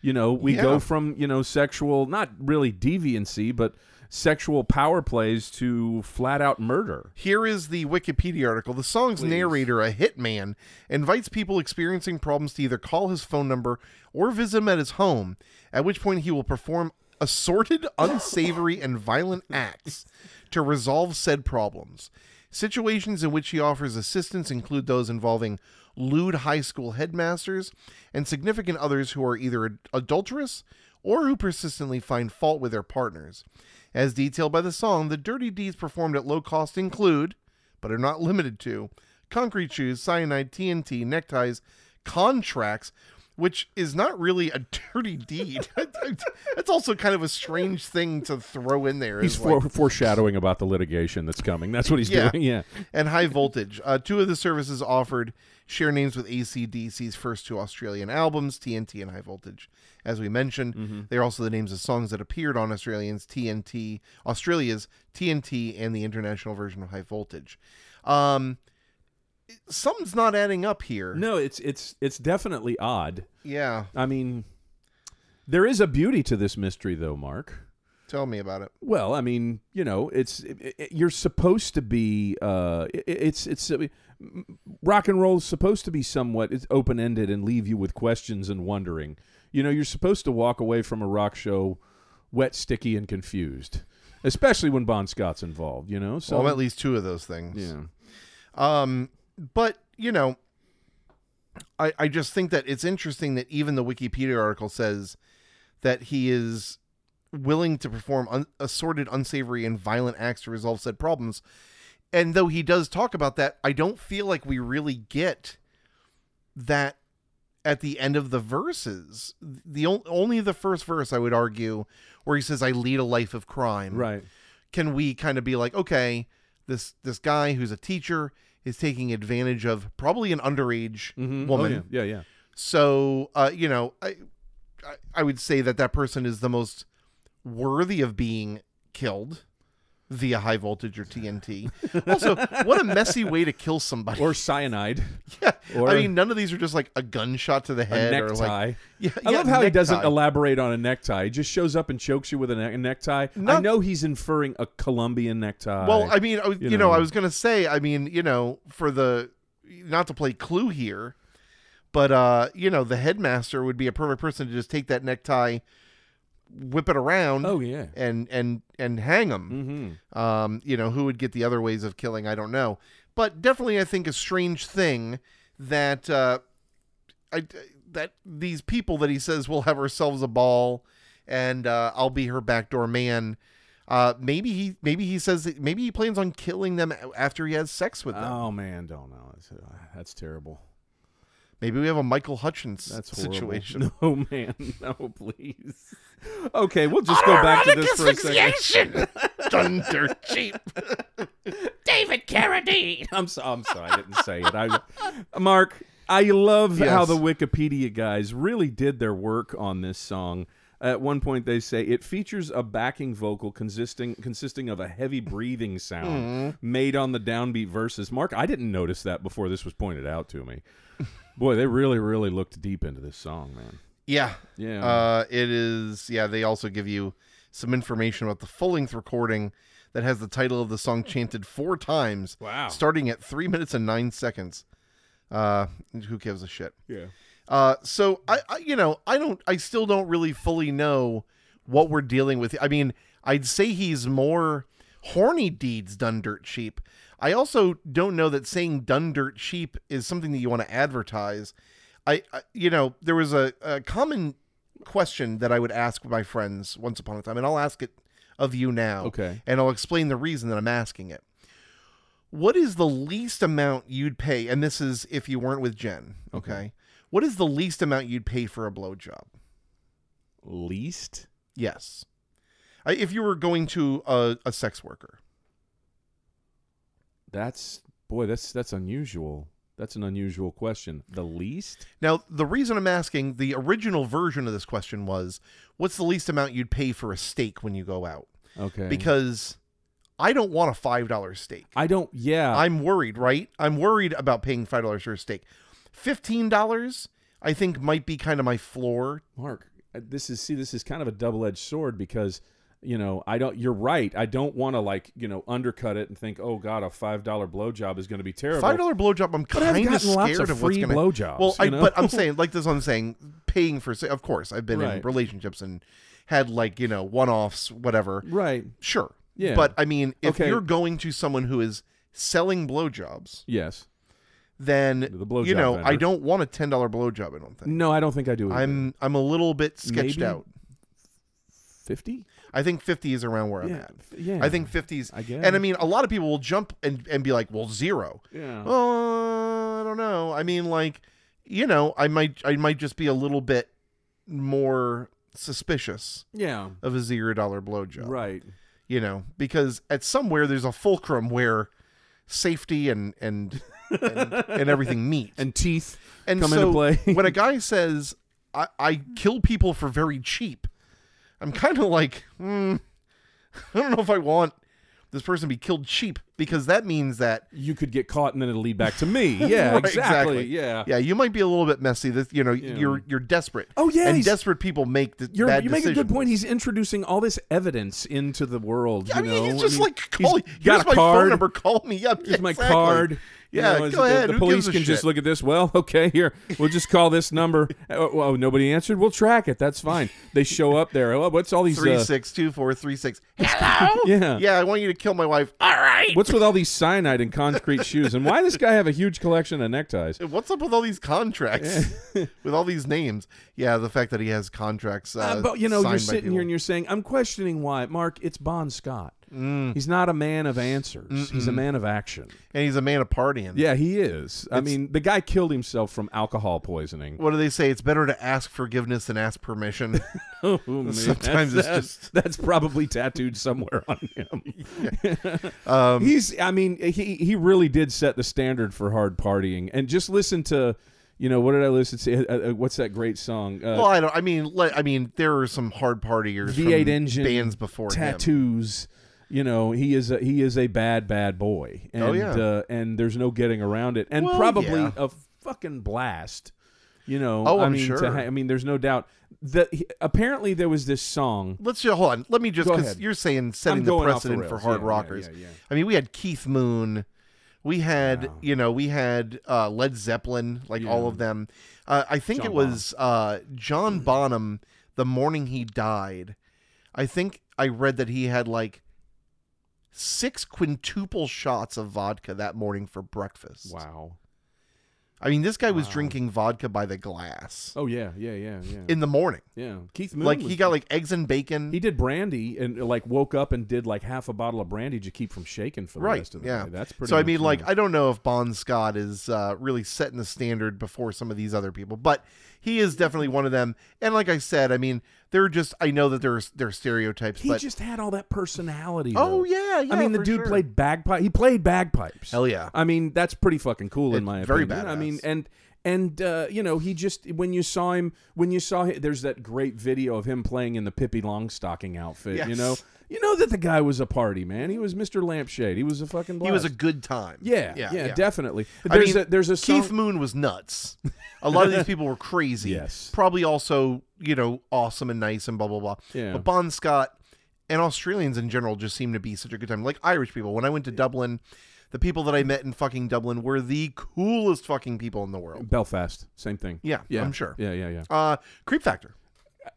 You know, we Yeah. go from you know sexual, not really deviancy, but sexual power plays to flat out murder. Here is the Wikipedia article. The song's narrator, a hitman, invites people experiencing problems to either call his phone number or visit him at his home, at which point he will perform assorted, unsavory, and violent acts to resolve said problems. Situations in which he offers assistance include those involving lewd high school headmasters and significant others who are either ad- adulterous or who persistently find fault with their partners. As detailed by the song, the dirty deeds performed at low cost include, but are not limited to, concrete shoes, cyanide, TNT, neckties, contracts, which is not really a dirty deed. That's also kind of a strange thing to throw in there. He's is like- fore- foreshadowing about the litigation that's coming. That's what he's Yeah. doing. Yeah. and high voltage. Uh, two of the services offered share names with ACDC's first two Australian albums, TNT and High Voltage. As we mentioned, Mm-hmm. they're also the names of songs that appeared on Australians TNT, Australia's TNT, and the international version of High Voltage. Um, it- something's not adding up here. No, it's it's it's definitely odd. Yeah, I mean, there is a beauty to this mystery, though, Mark. tell me about it. Well, I mean, you know, it's it, it- you're supposed to be. Uh, it, it's it's I mean, m- rock and roll is supposed to be somewhat open ended and leave you with questions and wondering. You know, you're supposed to walk away from a rock show wet, sticky, and confused, especially when Bon Scott's involved. You know, so well, at least two of those things. yeah, Um, but you know, I I just think that it's interesting that even the Wikipedia article says that he is willing to perform un- assorted, unsavory, and violent acts to resolve said problems. And though he does talk about that, I don't feel like we really get that at the end of the verses. The on- only the first verse, I would argue, where he says, "I lead a life of crime." right. can we kind of be like, okay, this this guy who's a teacher is taking advantage of probably an underage Mhm. Oh, woman. yeah, yeah, yeah. So, uh, you know, I, I I would say that that person is the most worthy of being killed via high voltage or TNT. also, what a messy way to kill somebody. Or cyanide, yeah. or I mean, none of these are just like a gunshot to the a head necktie. or like yeah, I yeah, love how he doesn't necktie. elaborate on a necktie. He just shows up and chokes you with a, ne- a necktie. I Not- know he's inferring a Colombian necktie. Well, I mean, I, was- you you, know, I know. was gonna say, I mean, you know, for the not to play Clue here, but uh, you know, the headmaster would be a perfect person to just take that necktie, whip it around, oh yeah. and and and hang him. Mm-hmm. Um, you know, who would get the other ways of killing? I don't know, but definitely, I think a strange thing that uh, I that these people that he says we'll have ourselves a ball, and uh, I'll be her backdoor man. Uh, maybe he maybe he says that maybe he plans on killing them a- after he has sex with them. Oh man, don't know. That's, uh, that's terrible. Maybe we have a Michael Hutchins That's horrible. situation. No man, no please. Okay, we'll just go back to this for a second. Thunder cheap. David Carradine. I'm so, I'm sorry, I didn't say it. I, Mark, I love Yes. how the Wikipedia guys really did their work on this song. At one point, they say it features a backing vocal consisting consisting of a heavy breathing Mm-hmm. sound made on the downbeat verses. Mark, I didn't notice that before this was pointed out to me. Boy, they really, really looked deep into this song, man. Yeah. Yeah. Uh, it is. Yeah, they also give you some information about the full length recording that has the title of the song chanted four times. Wow. Starting at three minutes and nine seconds. Uh, who gives a shit? yeah. Uh, so I, I, you know, I don't, I still don't really fully know what we're dealing with. I mean, I'd say he's more horny deeds done dirt cheap. I also don't know that saying done dirt cheap is something that you want to advertise. I, I you know, there was a, a common question that I would ask my friends once upon a time, and I'll ask it of you now. Okay. And I'll explain the reason that I'm asking it. What is the least amount you'd pay? And this is if you weren't with Jen. Okay. What is the least amount you'd pay for a blowjob? Least? Yes. I, if you were going to a, a sex worker. That's boy, that's that's unusual. That's an unusual question. The least? Now, the reason I'm asking the original version of this question was what's the least amount you'd pay for a steak when you go out? Okay. Because I don't want a $5 steak. I don't yeah. I'm worried, right? I'm worried about paying $5 for a steak. $15, I think, might be kind of my floor. Mark, uh, this is see, this is kind of a double-edged sword because you know I don't. You're right. I don't want to like you know undercut it and think, oh god, a five dollar blowjob is going to be terrible. $5 blowjob, I'm But I've kind gotten of scared lots of, of what's free going to blowjobs. Well, I, you know? but I'm saying like this. Is what I'm saying paying for. sa- Of course, I've been in Right. relationships and had like you know one offs, whatever. right. Sure. Yeah. But I mean, if Okay. you're going to someone who is selling blowjobs, Yes. then The blowjob you know I vendor. don't want a ten dollar blowjob. I don't think. No, I don't think I do. I'm I'm a little bit sketched Maybe. out. fifty. I think fifty is around where I'm Yeah. at. f- Yeah. I think 50s. I guess. And I mean, a lot of people will jump and, and be like, well, zero. Yeah. Oh, I don't know. I mean, like, you know, I might I might just be a little bit more suspicious yeah. of a zero dollar blowjob, Right. You know, because at somewhere there's a fulcrum where safety and and and, and everything meet. And teeth and come so into play. when a guy says I, I kill people for very cheap, I'm kind of like, hmm, I don't know if I want this person to be killed cheap because that means that you could get caught, and then it'll lead back to me. Yeah. Right, exactly. exactly. Yeah. yeah, you might be a little bit messy. This you know you're you're desperate. Oh, yeah, and he's- desperate people make the You're, bad you make a good decisions. point. He's introducing all this evidence into the world. I you mean, he's know? just I mean, like call. he's Here's got a my phone card. number. Call me up. Here's my Exactly. card. You Yeah, know, is go it the- ahead. The, Who police gives a can just shit? look at this. Well, okay, here we'll just call this number. oh, oh, nobody answered. We'll track it. That's fine. They show up there. Oh, what's all these? Three uh, six two four three six. Hello? yeah. Yeah, I want you to kill my wife. All right. What's with all these cyanide and concrete shoes? And why does this guy have a huge collection of neckties? What's up with all these contracts? with all these names? Yeah, the fact that he has contracts. Uh, Uh, but you know, signed by you're sitting people. here and you're saying, "I'm questioning why." Mark, it's Bon Scott. Mm. He's not a man of answers. He's a man of action. and he's a man of partying. Yeah, he is. I mean, the guy killed himself from alcohol poisoning. What do they say? It's better to ask forgiveness than ask permission. Oh, man, Sometimes that's, it's that's- just- that's probably tattooed somewhere on him. He's, I mean, he he really did set the standard for hard partying. And just listen to, you know, what did I listen to? Uh, uh, what's that great song? Uh, well, I don't. I mean, le- I mean, there are some hard partiers. V8 from engine bands before him. tattoos. You know, he is a, he is a bad bad boy. And, Oh, yeah. uh, and there's no getting around it. And Well, probably yeah. a fucking blast. You know, Oh, I I'm mean, to sure. ha- I mean, there's no doubt that he- apparently there was this song. Let's just hold on. Let me just Go because ahead. you're saying setting I'm the going off the precedent for rails. hard Yeah, yeah, rockers. yeah, yeah. I mean, we had Keith Moon. We had you know we had uh, Led Zeppelin, like all of them. Uh, I think it was uh, John Bonham. The morning he died, I think I read that he had like six quintuple shots of vodka that morning for breakfast. Wow. I mean, this guy was drinking vodka by the glass Oh yeah, yeah, yeah, yeah. in the morning. yeah. Keith Moon like was- he got like eggs and bacon. he did brandy and uh, like woke up and did like half a bottle of brandy to keep from shaking for the right. rest of the yeah. day. That's pretty So I much mean, it. like, I don't know if Bon Scott is uh, really setting the standard before some of these other people, but he is definitely one of them. And like I said, I mean, they're just I know that there's there are stereotypes, he but just had all that personality. oh though. yeah, yeah. I mean, the for dude sure. played bagpipe. He played bagpipes. Hell yeah. I mean, that's pretty fucking cool in It's my very opinion. I mean, badass. and and uh, you know, he just when you saw him, when you saw him, there's that great video of him playing in the Pippi Longstocking outfit. You Yes. know, you know that the guy was a party man. He was Mr. Lampshade. He was a fucking. He was a blast. good time. Yeah, yeah, yeah, yeah. definitely. I There's a mean, there's a song, Keith Moon was nuts. A lot of these people were crazy. Yes. Probably also, you know, awesome and nice and blah blah blah. Yeah. But Bon Scott and Australians in general just seem to be such a good time. Like Irish people. When I went to Dublin, the people that I met in fucking Dublin were the coolest fucking people in the world. Belfast, same thing. Yeah, I'm sure. Yeah, yeah, yeah. Uh Creep Factor.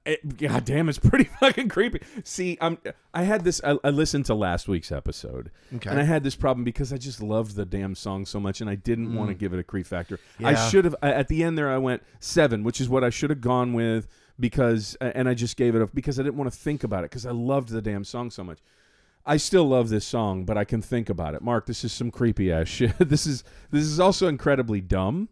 it, God damn, it's pretty fucking creepy. See, I'm I had this. I, I listened to last week's episode, Okay. and I had this problem because I just loved the damn song so much, and I didn't want to give it a creep factor. I Mm. Yeah. should have I- at the end there. I went seven, which is what I should have gone with because, and I just gave it up because I didn't want to think about it because I loved the damn song so much. I still love this song, but I can think about it. Mark, this is some creepy ass shit. This is this is also incredibly dumb,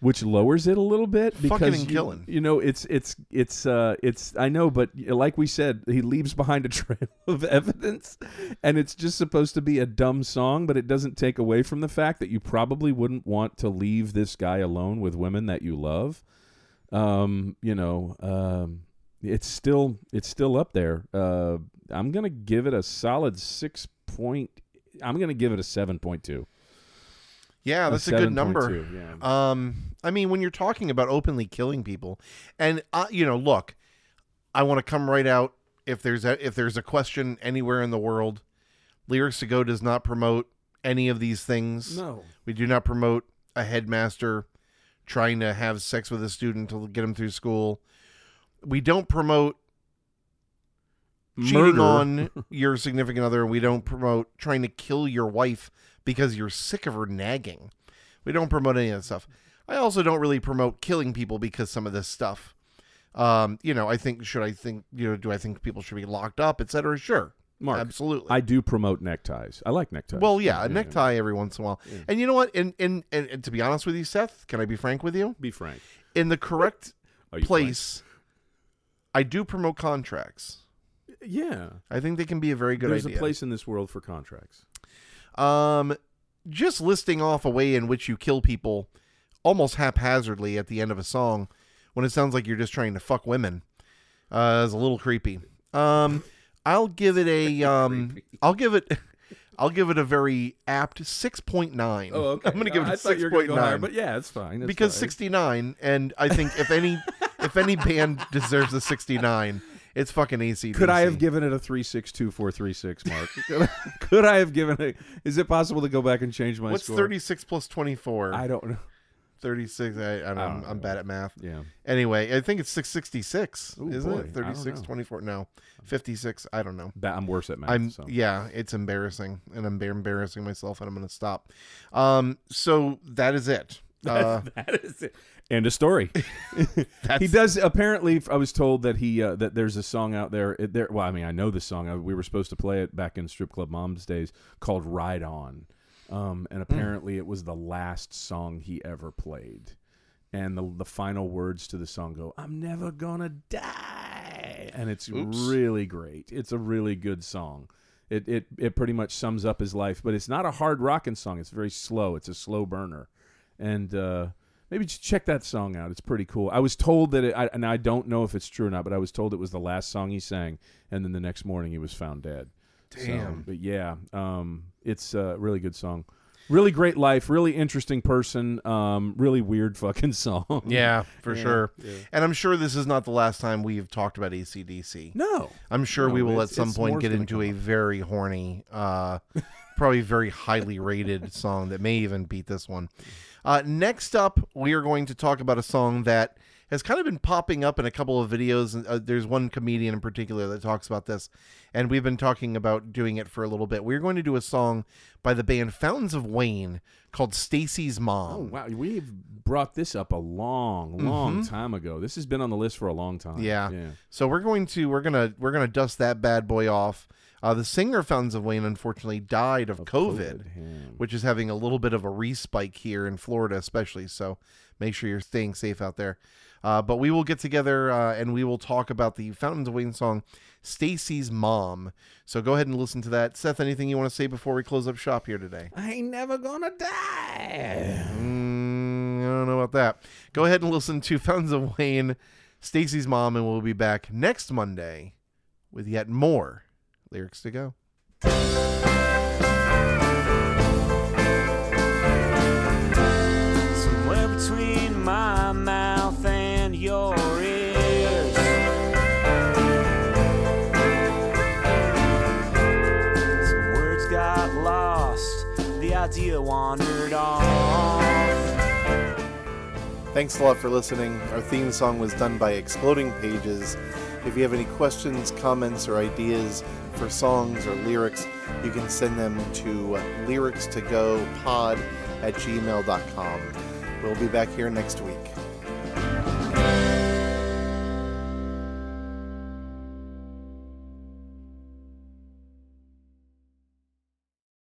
which lowers it a little bit because and you- killing. You know, it's it's it's uh it's I know, but like we said, he leaves behind a trail of evidence, and it's just supposed to be a dumb song, but it doesn't take away from the fact that you probably wouldn't want to leave this guy alone with women that you love um, you know, um, it's still it's still up there. Uh, I'm gonna give it a solid six point. I'm gonna give it a seven point two. Yeah, Oh, that's a, good number. Yeah. Um, I mean, when you're talking about openly killing people, and uh, you know, look, I want to come right out if there's a, if there's a question anywhere in the world, lyrics to go does not promote any of these things. no. We do not promote a headmaster trying to have sex with a student to get him through school. We don't promote cheating Murder. on your significant other. We don't promote trying to kill your wife because you're sick of her nagging. We don't promote any of that stuff. I also don't really promote killing people because some of this stuff. Um, you know, I think should I think you know do I think people should be locked up, etc. Sure, Mark, absolutely. I do promote neckties. I like neckties. well, yeah, a necktie every once in a while. And you know what? And, and and and to be honest with you, Seth, can I be frank with you? Be frank. In the correct Are you place, I do promote contracts. frank? Yeah. I think they can be a very good There's idea. a place in this world for contracts. Um, just listing off a way in which you kill people almost haphazardly at the end of a song when it sounds like you're just trying to fuck women uh, is a little creepy. Um, I'll give it a um, I'll give it. I'll give it a very apt six point nine. I'm gonna give it Oh, I a thought six you were gonna point go higher, nine but yeah, it's fine. it's because fine. sixty nine, and I think if any if any band deserves a sixty nine, it's fucking AC. Could I have given it a three six two four three six, Mark? Could I- Could I have given it? Is it possible to go back and change my What's score? thirty six plus twenty I four? don't know. Thirty six. I, I don't know. I don't I'm know. bad at math. Yeah. Anyway, I think it's 666, Ooh, isn't boy, I it? don't 36, know. 24, no, 56, I don't know. That I'm worse at math. I'm so. yeah, it's embarrassing and I'm embar- embarrassing myself and I'm going to stop. Um so that is it. Uh that is it. End of story. he does apparently. I was told that he uh, that there's a song out there. It, there. Well, I mean, I know this song. I, we were supposed to play it back in strip club mom's days called "Ride On," um, Hmm. and apparently it was the last song he ever played. And the the final words to the song go, "I'm never gonna die," and it's Oops. really great. It's a really good song. It, it it pretty much sums up his life, but it's not a hard rocking song. It's very slow. It's a slow burner and uh, maybe just check that song out. It's pretty cool. I was told that it, I, and I don't know if it's true or not, but I was told it was the last song he sang, and then the next morning he was found dead. So, Damn. but yeah, um, it's a really good song. Really great life. Really interesting person. Um, really weird fucking song. yeah, for Yeah, sure. yeah. And I'm sure this is not the last time we've talked about ACDC. No. I'm sure No, we will it's- at some it's point more's get gonna into come a very horny, uh, probably very highly rated song that may even beat this one. Uh, next up, we are going to talk about a song that has kind of been popping up in a couple of videos. and, Uh, there's one comedian in particular that talks about this, and we've been talking about doing it for a little bit. We're going to do a song by the band Fountains of Wayne called Stacy's Mom. Oh wow, we've brought this up a long, long time ago. This has been on the list for a long time. Yeah. Mm-hmm. Yeah. So we're going to we're gonna we're gonna dust that bad boy off. Uh, the singer of Fountains of Wayne unfortunately died of, COVID, yeah. which is having a little bit of a respike here in Florida, especially. So make sure you're staying safe out there. Uh, but we will get together uh, and we will talk about the Fountains of Wayne song "Stacy's Mom." So go ahead and listen to that. Seth, anything you want to say before we close up shop here today? I ain't never gonna die. Mm, I don't know about that. Go ahead and listen to Fountains of Wayne, Stacy's mom, and we'll be back next Monday with yet more lyrics to go. somewhere between my mouth and your ears. Some words got lost, the idea wandered off. Thanks a lot for listening. Our theme song was done by Exploding Pages. If you have any questions, comments, or ideas for songs or lyrics, you can send them to lyrics2gopod at gmail.com. We'll be back here next week.